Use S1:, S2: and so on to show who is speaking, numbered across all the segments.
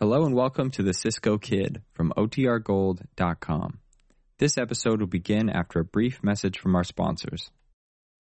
S1: Hello and welcome to the Cisco Kid from OTRGold.com. This episode will begin after a brief message from our sponsors.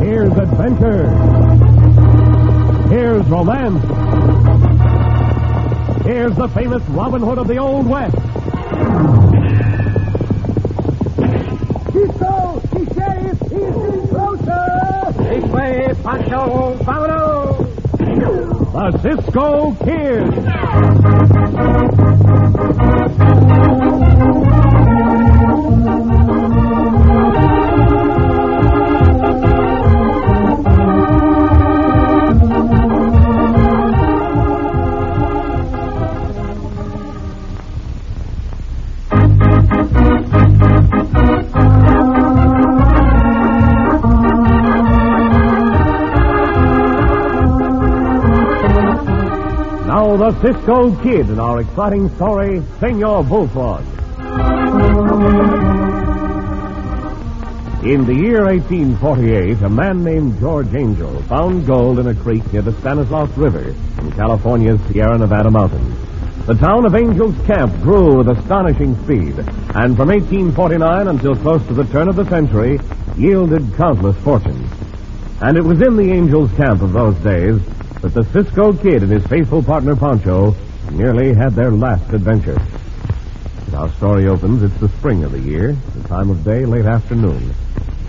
S2: Here's adventure. Here's romance. Here's the famous Robin Hood of the Old West. Cisco, he sheriff, he's getting closer. This way, Pancho, vámonos. The Cisco Kid. Now the Cisco Kid in our exciting story, Senor Bullfrog. In the year 1848, a man named George Angel found gold in a creek near the Stanislaus River in California's Sierra Nevada mountains. The town of Angel's Camp grew with astonishing speed, and from 1849 until close to the turn of the century, yielded countless fortunes. And it was in the Angels camp of those days that the Cisco Kid and his faithful partner Poncho nearly had their last adventure. As our story opens, it's the spring of the year, the time of day late afternoon.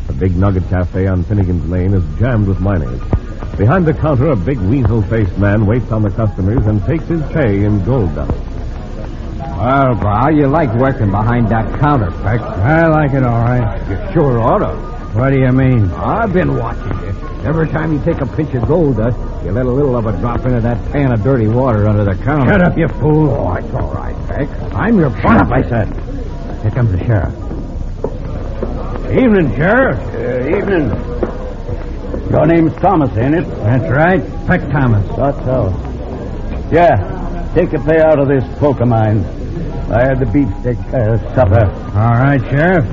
S2: The Big Nugget Cafe on Finnegan's Lane is jammed with miners. Behind the counter, a big weasel-faced man waits on the customers and takes his pay in gold dollars.
S3: Well, Val, you like working behind that counter, Peck. I like it all right. You sure oughta. What do you mean? I've been watching you. Every time you take a pinch of gold dust, you let a little of it drop into that pan of dirty water under the counter. Shut up, you fool. Oh, it's all right, Peck. I'm your Shut up, I said. Here comes the sheriff. Evening, Sheriff. Uh, evening. Your name's Thomas, ain't it? That's right. Peck Thomas. Thought so. Yeah, take a play out of this poke of mine. I had the beefsteak uh, supper. All right, Sheriff.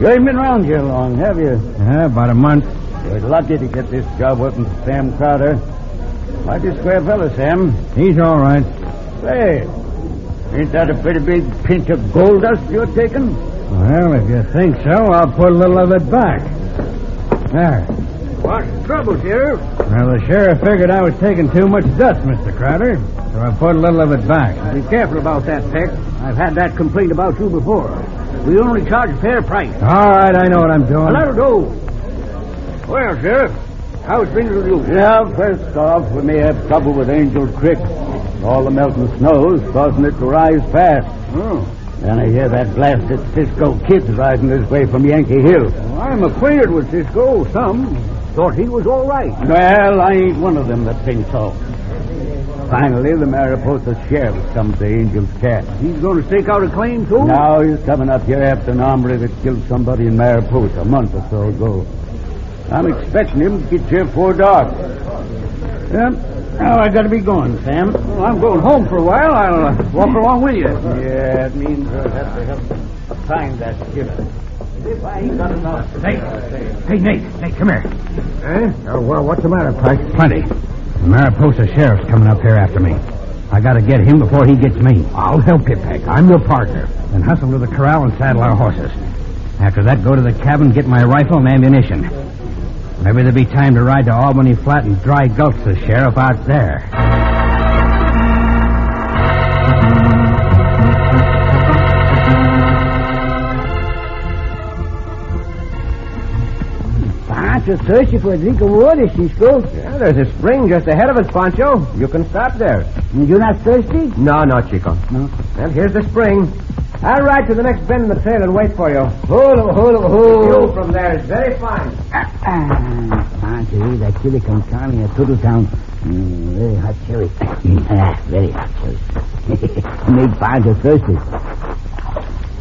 S3: You ain't been around here long, have you? Yeah, about a month. You're lucky to get this job working for Sam Crowder. Mighty square fella, Sam. He's all right. Say, ain't that a pretty big pinch of gold dust you're taking? Well, if you think so, I'll put a little of it back. There. What's the trouble, Sheriff? Well, the sheriff figured I was taking too much dust, Mr. Crowder, so I put a little of it back. Be careful about that, Peck. I've had that complaint about you before. We only charge fair price. All right, I know what I'm doing. Let it go. Well, Sheriff, how's things with you? Yeah, first off, we may have trouble with Angel Creek. All the melting snow's causing it to rise fast. Oh. And I hear that blasted Cisco kid's riding this way from Yankee Hill. I'm acquainted with Cisco, some. Thought he was all right. Well, I ain't one of them that thinks so. Finally, the Mariposa sheriff comes to Angel's Camp. He's going to stake out a claim, too? No, he's coming up here after an hombre that killed somebody in Mariposa a month or so ago. I'm expecting him to get here before dark. Yep. Now I gotta be going, Sam. Well, I'm going home for a while. I'll uh, walk along with you. Yeah, it means I'll have to help them find that killer. If I ain't got enough. Nate. Hey, Nate. Nate, come here. Huh? Oh, well, what's the matter, Pike? Plenty. The Mariposa sheriff's coming up here after me. I gotta get him before he gets me. I'll help you, Peck. I'm your partner. Then hustle to the corral and saddle our horses. After that, go to the cabin, get my rifle and ammunition. Maybe there'll be time to ride to Albany Flat and Dry Gulch the sheriff out there. Poncho searching for a drink of water, Cisco. Yeah, there's a spring just ahead of us, Poncho. You can stop there. You're not thirsty? No, no, Chico. No. Well, here's the spring. I'll ride to the next bend in the trail and wait for you. Hold, hold, hold. The view from there is very fine.
S4: Ah, see, that chili con carne at Toodletown. Mm, very hot chili. ah, very hot chili. Made Father thirsty.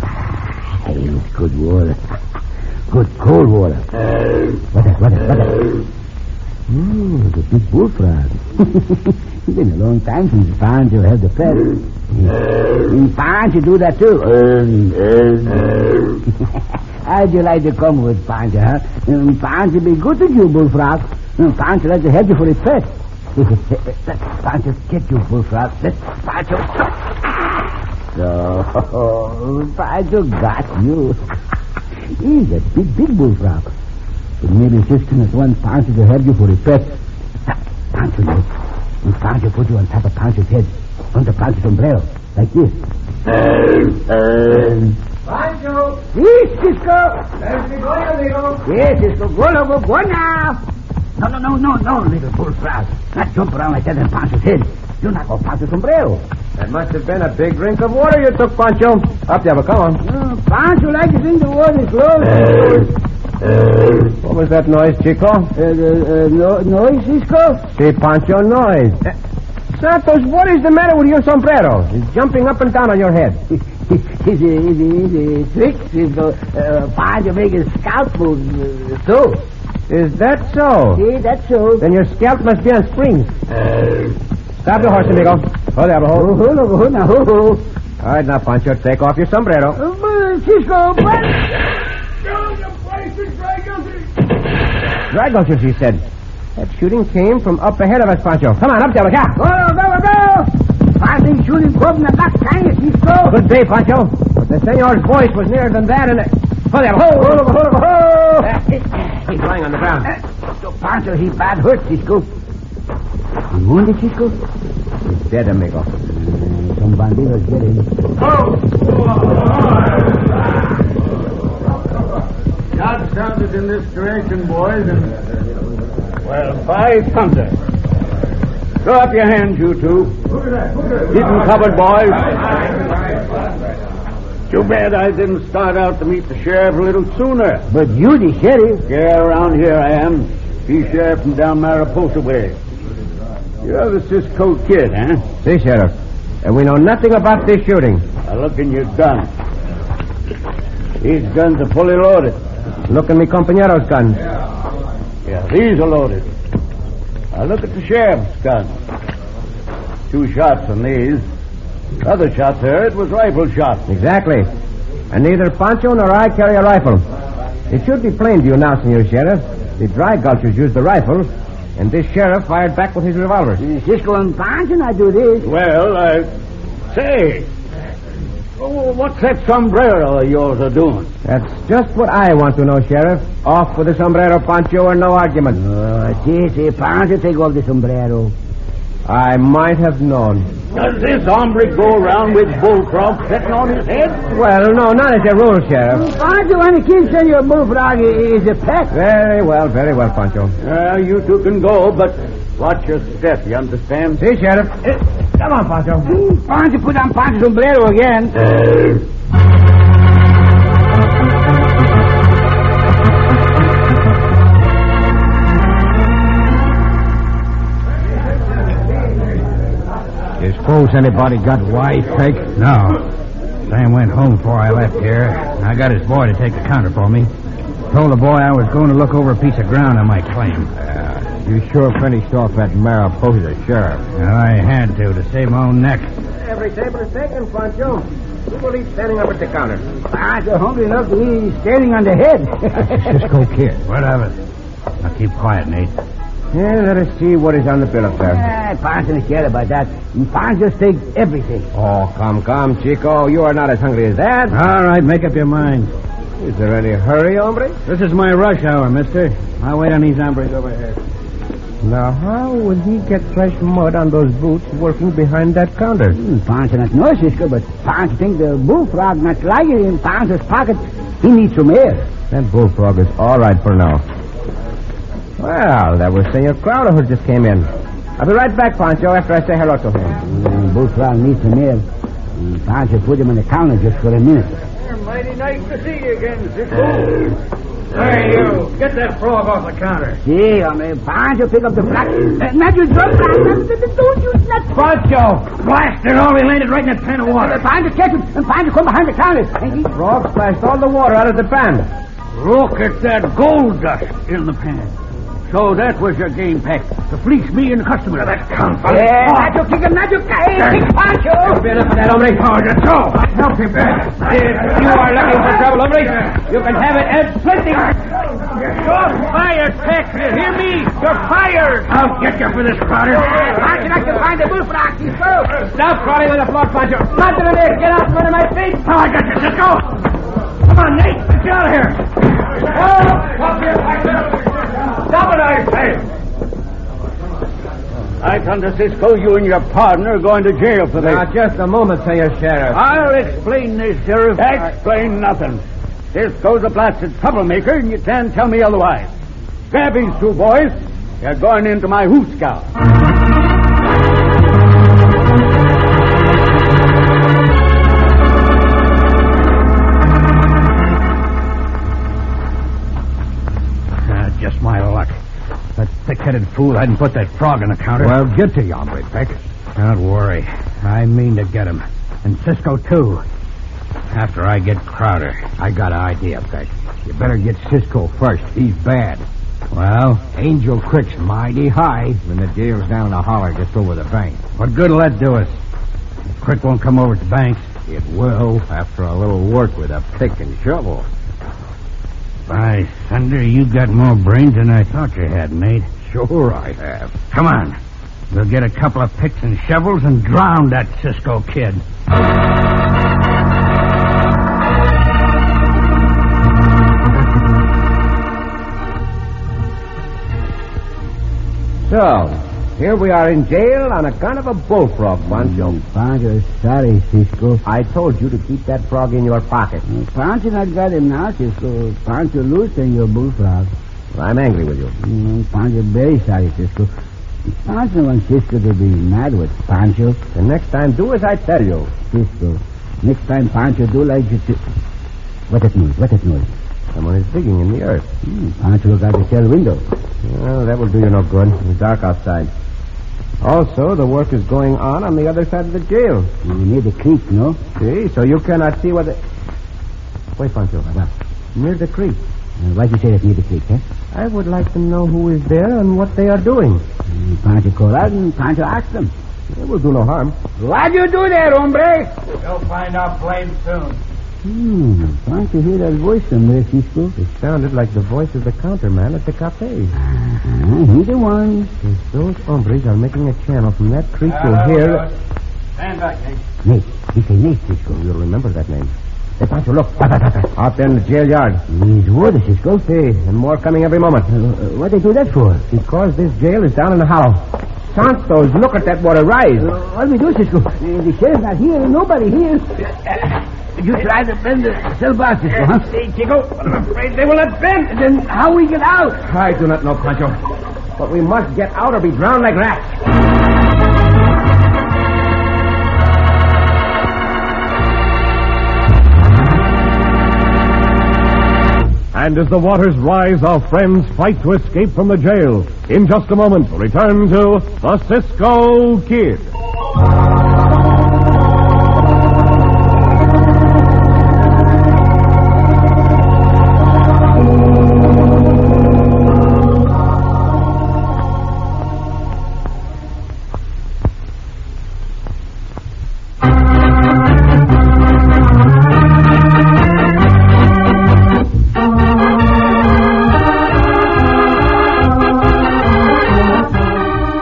S4: Ah, I use good water. Good cold water. What a, what a, what a. Oh, the big bullfrog. it's been a long time since Pancho had the pet. Mm, Pancho do that too. How'd you like to come with Pancho, huh? Mm, Pancho be good to you, bullfrog. Mm, Pancho like to have you for his pet. Let Pancho get you, bullfrog. Let Pancho... So, Pancho got you. He's a big, big bullfrog. But maybe Siskin at once Pancho to have you for his pet. Pancho did. And Pancho put you on top of Pancho's head, under Pancho's umbrella, like this.
S3: Pancho!
S4: Yes, Cisco.
S3: There's the goya, Leo.
S4: Yes, Cisco. Go, go, go now. No, no, no, no, no, little bullfrog. Not jump around like that on Pancho's head. You knock off Pancho's sombrero.
S3: That must have been a big drink of water you took, Pancho. Up there, but come on.
S4: Uh, Pancho likes to drink the water slowly.
S3: What was that noise, Chico?
S4: Uh, uh, uh, no, no, Cisco?
S3: See, Pancho, noise. Uh, Santos, what is the matter with your sombrero? It's jumping up and down on your head.
S4: He's a, he's a trick. He's a uh, find to make a scalpel. Uh, so,
S3: Is that so?
S4: see, that's so.
S3: Then your scalp must be on springs. Uh, Stop your horse, amigo. Hold
S4: Oh,
S3: Abajo.
S4: oh, oh, oh, now, oh,
S3: All right, now, Pancho, take off your sombrero.
S4: oh. Uh, Cisco, but...
S3: Drag us, she said. That shooting came from up ahead of us, Pancho. Come on, up there,
S4: Go,
S3: yeah.
S4: go, go, go! I've been shooting from the back kind Cisco.
S3: Good day, Pancho. But the senor's voice was nearer than that, and... it- Hold there, Abajo. Hold, hold, hold, hold. He's lying on the ground.
S4: Uh, Pancho, he bad hurt, Cisco. He wounded, Cisco?
S3: Dead, amigo.
S4: Some bandidos get him.
S5: Shot sounded in this direction, boys, and. Well, by thunder. Throw up your hands, you two. Hidden covered, boys. Too bad I didn't start out to meet the sheriff a little sooner.
S4: But you the sheriff.
S5: Yeah, around here I am. He's sheriff from down Mariposa way. You're the Cisco kid, huh?
S3: See, Sheriff. And we know nothing about this shooting.
S5: Now look in your gun. These guns are fully loaded.
S3: Look at me compañero's gun.
S5: Yeah, these are loaded. Now look at the sheriff's gun. Two shots on these. Other shot there, it was rifle shot.
S3: Exactly. And neither Pancho nor I carry a rifle. It should be plain to you now, Senor Sheriff. The dry gulchers used the rifle, and this sheriff fired back with his revolver.
S4: Cisco and Pancho not do this.
S5: Well, I say, oh, what's that sombrero of yours are doing?
S3: That's just what I want to know, Sheriff. Off with the sombrero, Pancho, or no argument.
S4: Oh, sí, sí, Pancho take off the sombrero.
S3: I might have known.
S5: Does this hombre go around with bullfrog sitting on his head?
S3: Well, no, not as a rule, Sheriff.
S4: Pancho want to kill Senor Bullfrog is a pet.
S3: Very well, very well, Pancho.
S5: Well, you two can go, but watch your step. You understand? Eh,
S3: See, Sheriff. Come on, Pancho.
S6: Hmm,
S4: Pancho put on Pancho's sombrero again.
S3: You suppose anybody got wise, Peg?
S6: No. Sam went home before I left here. I got his boy to take the counter for me. Told the boy I was going to look over a piece of ground I might claim.
S3: Uh, You sure finished off that Mariposa, Sheriff.
S6: Well, I had to, to save my own neck.
S3: Every table is taken, Pancho. Who will eat standing up at the counter?
S4: Pancho Ah, hungry enough to be standing on the head.
S6: Cisco Kid. What of it? Now keep quiet, Nate.
S3: Yeah, let us see what is on the bill up there.
S4: Ah, Pancho don't care about that. Pancho takes everything.
S3: Oh, come, come, Chico. You are not as hungry as that.
S6: All right, make up your mind.
S3: Is there any hurry, hombre?
S6: This is my rush hour, mister. I wait on these hombres over here.
S3: Now, how will he get fresh mud on those boots working behind that counter?
S4: Hmm, Pancho not know, Cisco, but Pancho think the bullfrog not like it in Pancho's pocket. He needs some air.
S3: That bullfrog is all right for now. Well, that was Senor Crowder who just came in. I'll be right back, Pancho, after I say hello to him.
S4: Mm, bullfrog needs some air. Mm, Pancho put him on the counter just for a minute.
S5: Mighty nice to see you again, Cisco. Hey, you! Get that frog off the counter.
S4: Gee, hombre, why don't you pick up the flag? Uh, not you drop that. Don't you not.
S5: Pancho! Blasted all, he landed right in that pan of water.
S4: Find the ketchup and find the come behind the counter. And eat
S3: Frog splashed all the water out of the pan.
S5: Look at that gold dust in the pan. So that was your game, Pat. To fleece me and the customer. That counts.
S4: Yeah, not you kick him, not you hey, kick Pancho.
S5: Get up, that hombre. Oh, that's all. Help him, Pat. You are looking for trouble, hombre. You can have it and plenty. You're fired, Pat. You hear me? You're fired. I'll get you for this, Carter.
S4: How can I can find the bullfrog? He's so.
S5: Stop crawling with the floor, Pancho. Not to the neck. Get out from under my feet. Oh, I got you. Let's go. Come on, Nate. Let's get out of here. Oh, up here, Pancho. Stop it, I say. I come to Cisco. You and your partner are going to jail for this.
S3: Now, just a moment, Senor Sheriff.
S5: I'll explain this, Sheriff. Explain nothing. Cisco's a blasted troublemaker, and you can't tell me otherwise. Grab these two boys. They're going into my hooscow.
S3: Uh,
S6: Ah, just my luck. That thick-headed fool hadn't put that frog on the counter.
S3: Well, get to you, hombre, Peck.
S6: Don't worry. I mean to get him. And Cisco, too. After I get Crowder.
S3: I got an idea, Peck. You better get Cisco first. He's bad.
S6: Well,
S3: Angel Creek's mighty high when the deal's down the holler just over the bank.
S6: what good'll that do us? Crick won't come over to Banks.
S3: It will after a little work with a pick and shovel.
S6: By thunder, you got more brains than I thought you had, Nate.
S3: Sure I have.
S6: Come on. We'll get a couple of picks and shovels and drown that Cisco kid.
S3: So, here we are in jail on account of a bullfrog, Pancho.
S4: Pancho, sorry, Cisco.
S3: I told you to keep that frog in your pocket.
S4: Pancho not got him now, Cisco. Pancho loose and your bullfrog.
S3: I'm angry with you.
S4: Mm, Pancho very sorry, Cisco. Pancho wants Cisco to be mad with Pancho.
S3: The next time, do as I tell you.
S4: Cisco, next time Pancho do like you to... What that noise? What that noise?
S3: Someone is digging in the earth.
S4: Hmm, Pancho got the cell window.
S3: Well, that will do you no good. It's dark outside. Also, the work is going on on the other side of the jail.
S4: You near the creek, no?
S3: See, so you cannot see what the... Wait, Pancho. Near the creek.
S4: Uh, why you say that near the creek, huh?
S3: I would like to know who is there and what they are doing.
S4: Hmm, Pancho call out and Pancho ask them.
S3: It will do no harm.
S4: Why'd you do that, hombre?
S5: You'll find out blame soon.
S4: Hmm, Pancho hear that voice somewhere, Cisco.
S3: It sounded like the voice of the counterman at the cafe.
S4: Uh-huh, he the one.
S3: If those hombres are making a channel from that creek to
S5: Ah,
S3: here...
S5: Stand back, Nate.
S4: Nate. He say Nate, Cisco.
S3: You'll remember that name.
S4: Hey, Pancho, look. Pa, pa, pa, pa.
S3: Out there in the jail yard.
S4: He's water, Cisco.
S3: See, and more coming every moment.
S4: Uh, what they do that for?
S3: Because this jail is down in the hollow. Santos, look at that water rise.
S4: Uh, what we do, Cisco? Uh, the sheriff not here. Nobody here.
S3: Uh,
S4: You try to bend the cell bar, Cisco, huh?
S5: See, Chico, I'm afraid they will not bend.
S4: Then how we get out?
S3: I do not know, Pancho. But we must get out or be drowned like rats.
S2: And as the waters rise, our friends fight to escape from the jail. In just a moment, we'll return to the Cisco Kid.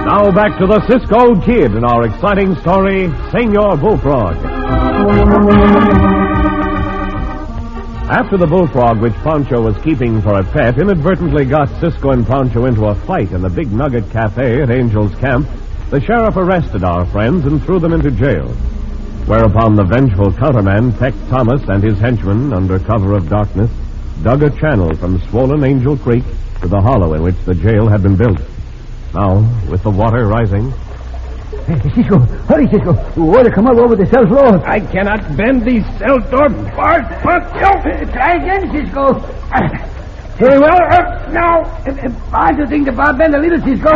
S2: Now back to the Cisco Kid in our exciting story, Senor Bullfrog. After the bullfrog, which Pancho was keeping for a pet, inadvertently got Cisco and Pancho into a fight in the Big Nugget Cafe at Angel's Camp, the sheriff arrested our friends and threw them into jail. Whereupon the vengeful counterman, Peck Thomas, and his henchmen, under cover of darkness, dug a channel from swollen Angel Creek to the hollow in which the jail had been built. Now, with the water rising,
S4: Hey, Cisco, hurry, Cisco. Water come up over the cell floor.
S5: I
S3: Uh,
S5: cannot bend these cell door bars, Pancho.
S4: Try again, Cisco.
S3: Very well. Uh, now, find the thing to Bob Ben, the little Cisco.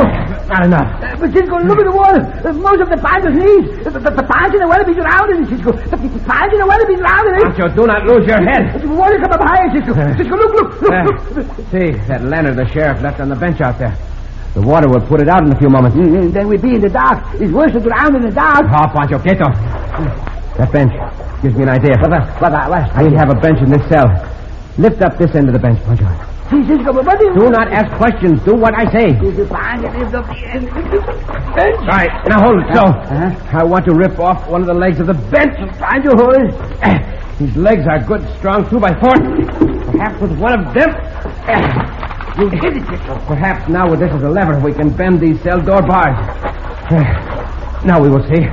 S3: Not enough. Uh, but Cisco, look at the water. Uh, most of the ponds are needs. Uh, The, the, the ponds in the water be surrounded, Cisco. The, the ponds in the water be surrounded.
S5: Pancho, do not lose your head.
S3: The water come up higher, Cisco. Cisco, look, look, look,
S6: Uh,
S3: look.
S6: see, that lantern the sheriff left on the bench out there. The water will put it out in a few moments.
S3: Mm, mm, Then we'd be in the dark. It's worse to drown in the dark.
S6: Oh, Pancho, quieto. That bench gives me an idea.
S3: But at last,
S6: I have a bench in this cell. Lift up this end of the bench, Pancho.
S3: see, Cisco, but what is...
S6: Do not ask questions. Do what I say.
S3: The pond is up the end. Bench.
S6: All right, now hold it. So,
S3: Uh-huh.
S6: I want to rip off one of the legs of the bench.
S3: Find your horse.
S6: Uh, These legs are good, strong two by four. Perhaps with one of them. Uh, You did it, Perhaps now with this as a lever, we can bend these cell door bars. Uh, Now we will see.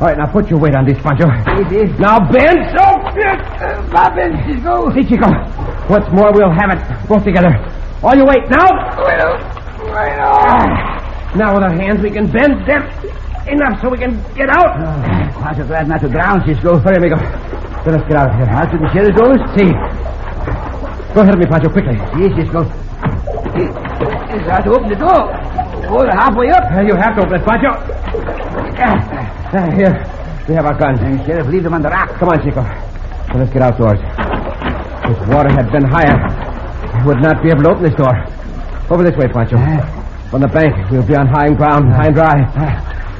S6: All right, now put your weight on these, Pancho.
S3: It is.
S6: Now bend. So, Uh,
S3: Bob Ben, Cisco.
S6: see, Chico. Once more, we'll have it both together. All your weight now.
S3: Well, right on.
S6: Ah. Now with our hands, we can bend them enough so we can get out.
S3: I'm so glad not to drown, Cisco.
S6: Hurry, amigo. Let us get out of here.
S3: Out to the shed goes?
S6: See. Go ahead of me, Pancho, quickly.
S3: Yes, Cisco. It's hard to open the door. More than halfway up.
S6: Uh, you have to open it, Pancho. Uh, here, we have our guns.
S3: Sheriff, leave them on the rock.
S6: Come on, Chico. Now let's get outdoors. If water had been higher, I would not be able to open this door. Over this way, Pancho. On the bank, we'll be on high ground, high and dry.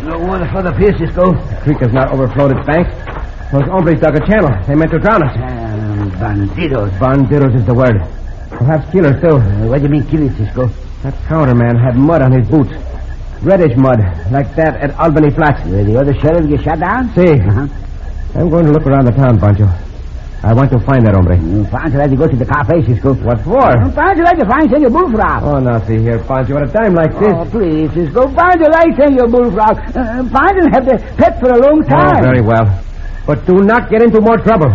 S3: No water for the pier, Cisco.
S6: The creek has not overflowed its banks. Those hombres dug a channel. They meant to drown us.
S3: Um, bandidos.
S6: Bandidos is the word. Perhaps killers, too.
S3: Uh, what do you mean, kill it, Cisco?
S6: That counterman had mud on his boots. Reddish mud, like that at Albany Flats.
S3: Will the other sheriff get shot down?
S6: See,
S3: Uh-huh.
S6: I'm going to look around the town, Pancho. I want to find that hombre.
S3: Mm, Pancho had to go to the cafe, Cisco.
S6: What for?
S3: Pancho had to find Senor Bullfrog.
S6: Oh, now see here, Pancho. At a time like this.
S3: Oh, please, Cisco. Pancho likes Senor Bullfrog. Uh, Pancho had the pet for a long time.
S6: Oh, very well. But do not get into more trouble.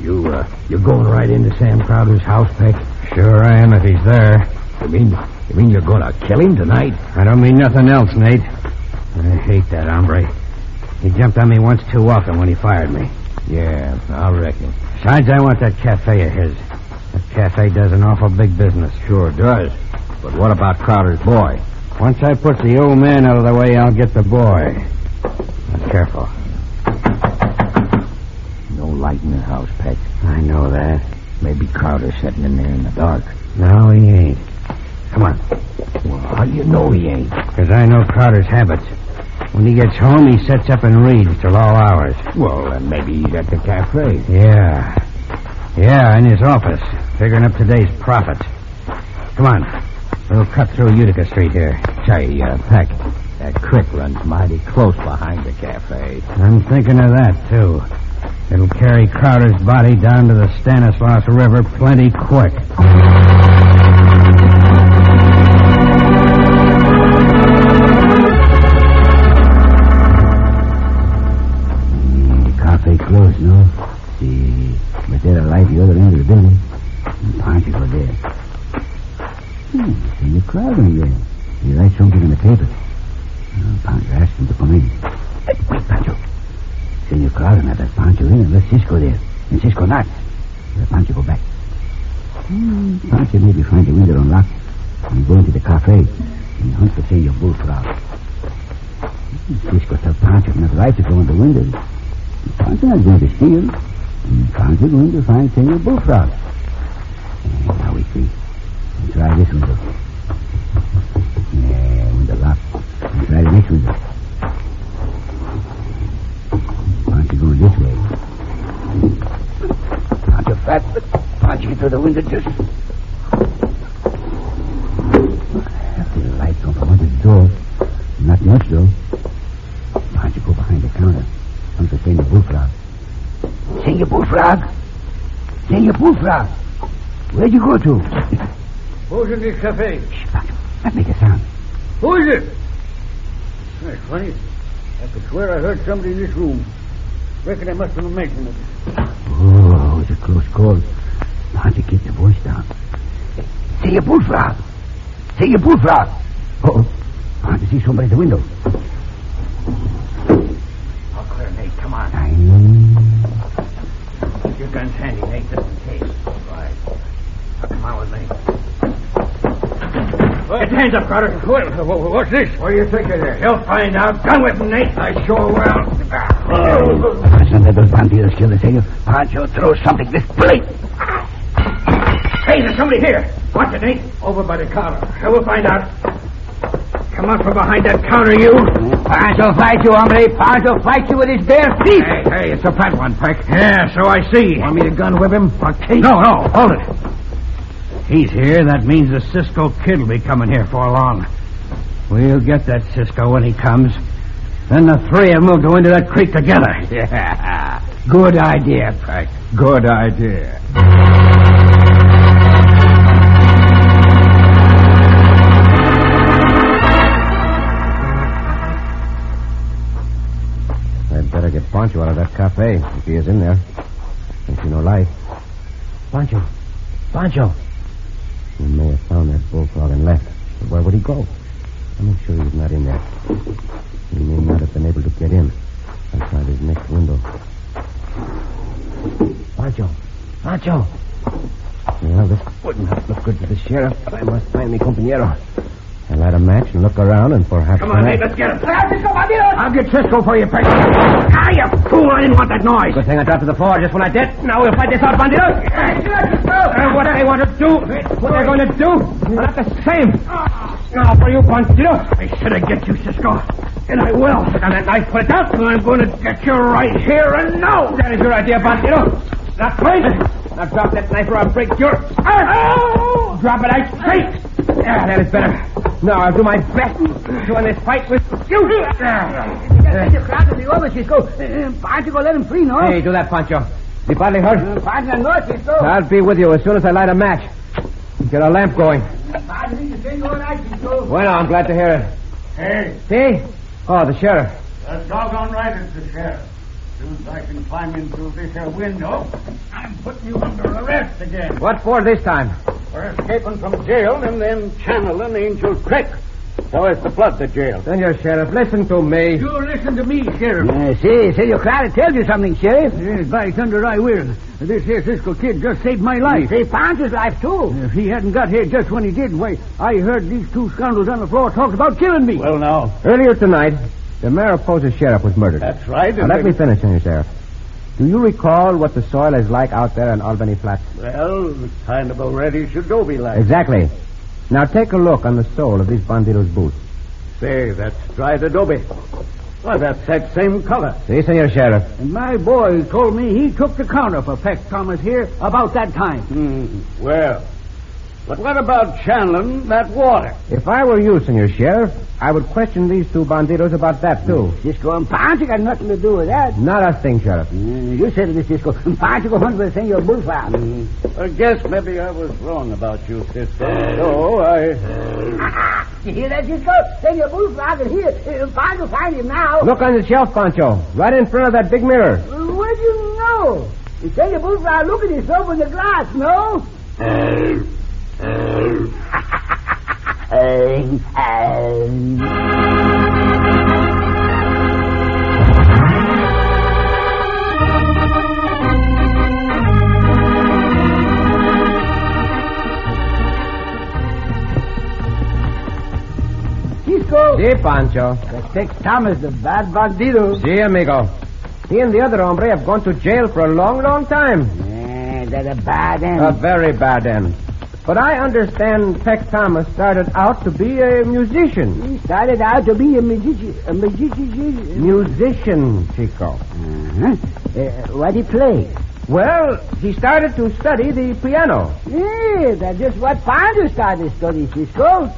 S3: You, uh, you're going right into Sam Crowder's house, Peck.
S6: Sure I am if he's there.
S3: You mean, you mean you're going to kill him tonight?
S6: I don't mean nothing else, Nate. I hate that hombre. He jumped on me once too often when he fired me.
S3: Yeah, I reckon.
S6: Besides, I want that cafe of his. That cafe does an awful big business. Sure does.
S3: But what about Crowder's boy?
S6: Once I put the old man out of the way, I'll get the boy. Now, careful.
S3: No light in the house, Peck.
S6: I know that.
S3: Maybe Crowder's sitting in there in the dark.
S6: No, he ain't. Come on.
S3: Well, how do you know he ain't?
S6: Because I know Crowder's habits. When he gets home, he sets up and reads till all hours.
S3: Well, then maybe he's at the cafe.
S6: Yeah. Yeah, in his office, figuring up today's profits. Come on. We'll cut through Utica Street here.
S3: Say, uh, Peck, that creek runs mighty close behind the cafe.
S6: I'm thinking of that, too. It'll carry Crowder's body down to the Stanislaus River plenty quick.
S3: Mm, The cafe closed, no? The, but there a light the other end of the building. mm, Pontiac go there. Hmm, see the crowd in there. He writes something on the paper. Uh, Pontiac asked him to come in. Hey, wait, Pancho. Senor Crowder not let Pancho in and let Cisco there. And Cisco not. Let Pancho go back. Hmm, Pancho maybe find the window unlocked and go into the cafe and hunt for Senor Bullfrog. Hmm, Cisco tell Pancho not right to go in the window. Ponce not going to steal. And Ponce is going to find Senor Bullfrog. And now we see. We try this window. Yeah, window locked. We try the next window. Ponce going this way. Ponce fat, but Ponce get through the window just... After the light come from under the door. Not much, though. Ponce go behind the counter. I'm to sing the bullfrog. Sing your bullfrog? Sing your bullfrog. Where'd you go to?
S6: Who's in this cafe?
S3: Shh, Pancho. Not make a sound.
S6: Who is it? That's funny. I could swear I heard somebody in this room. Reckon I must have been making it.
S3: Oh, it was a close call. Pancho keep the voice down. Sing your bullfrog. Sing your bullfrog. Oh,
S4: I want to see somebody at the window.
S5: All clear, Nate. Come on.
S4: I know.
S5: Your gun's handy, Nate, just in case. Right. Now, come on with me. Get your hands up, Carter. what's this? What do you think of this? He'll find out. Gun with him, Nate. I sure will.
S4: Listen to those bandidos kill this ellos. Pancho, throw something this plate.
S5: Hey, there's somebody here. Watch it, Nate. Over by the counter. Now, We'll find out. Come out from behind that counter, you.
S4: Pancho, fight you, hombre. Pancho, fight you with his bare feet.
S5: Hey, hey, it's a fat one, Peck. Yeah, so I see. Want me to gun whip him? No, no, hold it. He's here. That means the Cisco kid'll be coming here for long. We'll get that Cisco when he comes. Then the three of 'em will go into that creek together. Yeah. Good idea, Peck. Good idea.
S3: I'd better get Poncho out of that cafe if he is in there. Ain't see no light.
S4: Pancho, Pancho.
S3: He may have found that bullfrog and left. But where would he go? I'll make sure he's not in there. He may not have been able to get in. I'll try his next window.
S4: Pancho, Pancho.
S3: Well, this wouldn't have looked good to the sheriff, but I must find me compañero. I'll light a match and look around and perhaps...
S5: Come on, Nate, let's get him. I'll get Cisco for you, Peck. Ah, you fool. I didn't want that noise.
S3: Good thing I dropped to the floor just when I did.
S5: Now we'll fight this out, Bandido. And Uh, what they want to do, what they're going to do, not the same. Now for you, Bandido. I should have get you, Cisco. And I will. Put down that knife, put it down, and I'm going to get you right here and now. That is your idea, Bandido. Not crazy. Now drop that knife or I'll break your... Oh! Drop it, I say. Yeah, that is better. Now I'll do my best to end this fight with you. Yeah.
S4: Pancho, let him free, no?
S3: Hey, do that, Pancho. He hardly hurt?
S4: Pancho, no, Cisco.
S3: I'll be with you as soon as I light a match. Get a lamp going. Well, I'm glad to hear it.
S7: Hey,
S3: See? Oh, the sheriff.
S7: that's doggone right, it's the sheriff. Soon as I can climb in through this here window, I'm putting you under arrest again.
S3: What for this time?
S7: We're escaping from jail and then channeling Angel Creek. So as to flood the jail.
S3: Then your sheriff, listen to me.
S7: You listen to me, Sheriff.
S4: Uh, see, see, you gotta tell you something, Sheriff.
S7: Yes, by thunder, I will. This here Cisco kid just saved my life.
S4: See, Pancho's life, too.
S7: If he hadn't got here just when he did, why, I heard these two scoundrels on the floor talk about killing me. Well, now.
S3: Earlier tonight, the Mariposa sheriff was murdered.
S7: That's right.
S3: Now, let me finish, Senor Sheriff. Do you recall what the soil is like out there in Albany Flats?
S7: Well, kind of a reddish adobe like.
S3: Exactly. Now take a look on the sole of these bandidos' boots.
S7: Say, that's dried adobe. Why, that's that same color.
S3: See, Senor Sheriff.
S7: And my boy told me he took the counter for Peck Thomas here about that time. Hmm, Well, but what about channeling that water?
S3: If I were you, Senor Sheriff, I would question these two bandidos about that, too.
S7: Hmm,
S4: Cisco and Pancho got nothing to do with that.
S3: Not a thing, Sheriff.
S4: Mm, you said it, Cisco. Pancho go hunt with Senor Bullfrog.
S7: Hmm. I guess maybe I was wrong about you, Cisco. No, I.
S4: You hear that, Cisco? Senor Bullfrog is here. Uh, Pancho find him now.
S3: Look on the shelf, Pancho. Right in front of that big mirror.
S4: Uh, Where do you know? You Senor Bullfrog looking himself in the glass, no? Cisco,
S3: See, Pancho.
S4: that takes Thomas, the bad bandito.
S3: See, amigo. He and the other hombre have gone to jail for a long, long time.
S4: Eh, that a bad end.
S3: A very bad end. But I understand Peck Thomas started out to be a musician.
S4: He started out to be a magician. A magician.
S3: Musician, Chico.
S4: Uh-huh. Uh, what he play?
S3: Well, he started to study the piano.
S4: Yeah, that's just what Pancho started study, Cisco.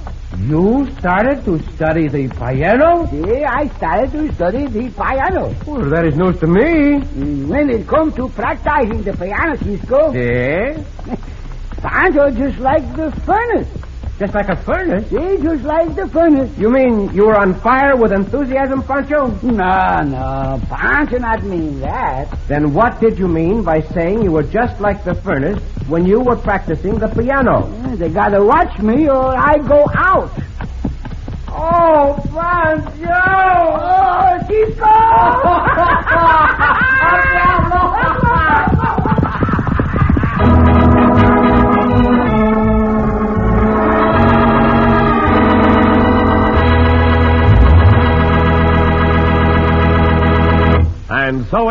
S3: You started to study the piano?
S4: See, I started to study the piano.
S3: Well, that is news to me.
S4: Mm, When it comes to practicing the piano, Cisco,
S3: See?
S4: Pancho just like the furnace.
S3: Just like a furnace.
S4: See, just like the furnace.
S3: You mean you were on fire with enthusiasm, Pancho?
S4: No, no, uh, Pancho not mean that.
S3: Then what did you mean by saying you were just like the furnace when you were practicing the piano?
S4: They gotta watch me or I go out. Oh, Bon Joe! Oh, Chico!
S7: And so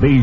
S7: Be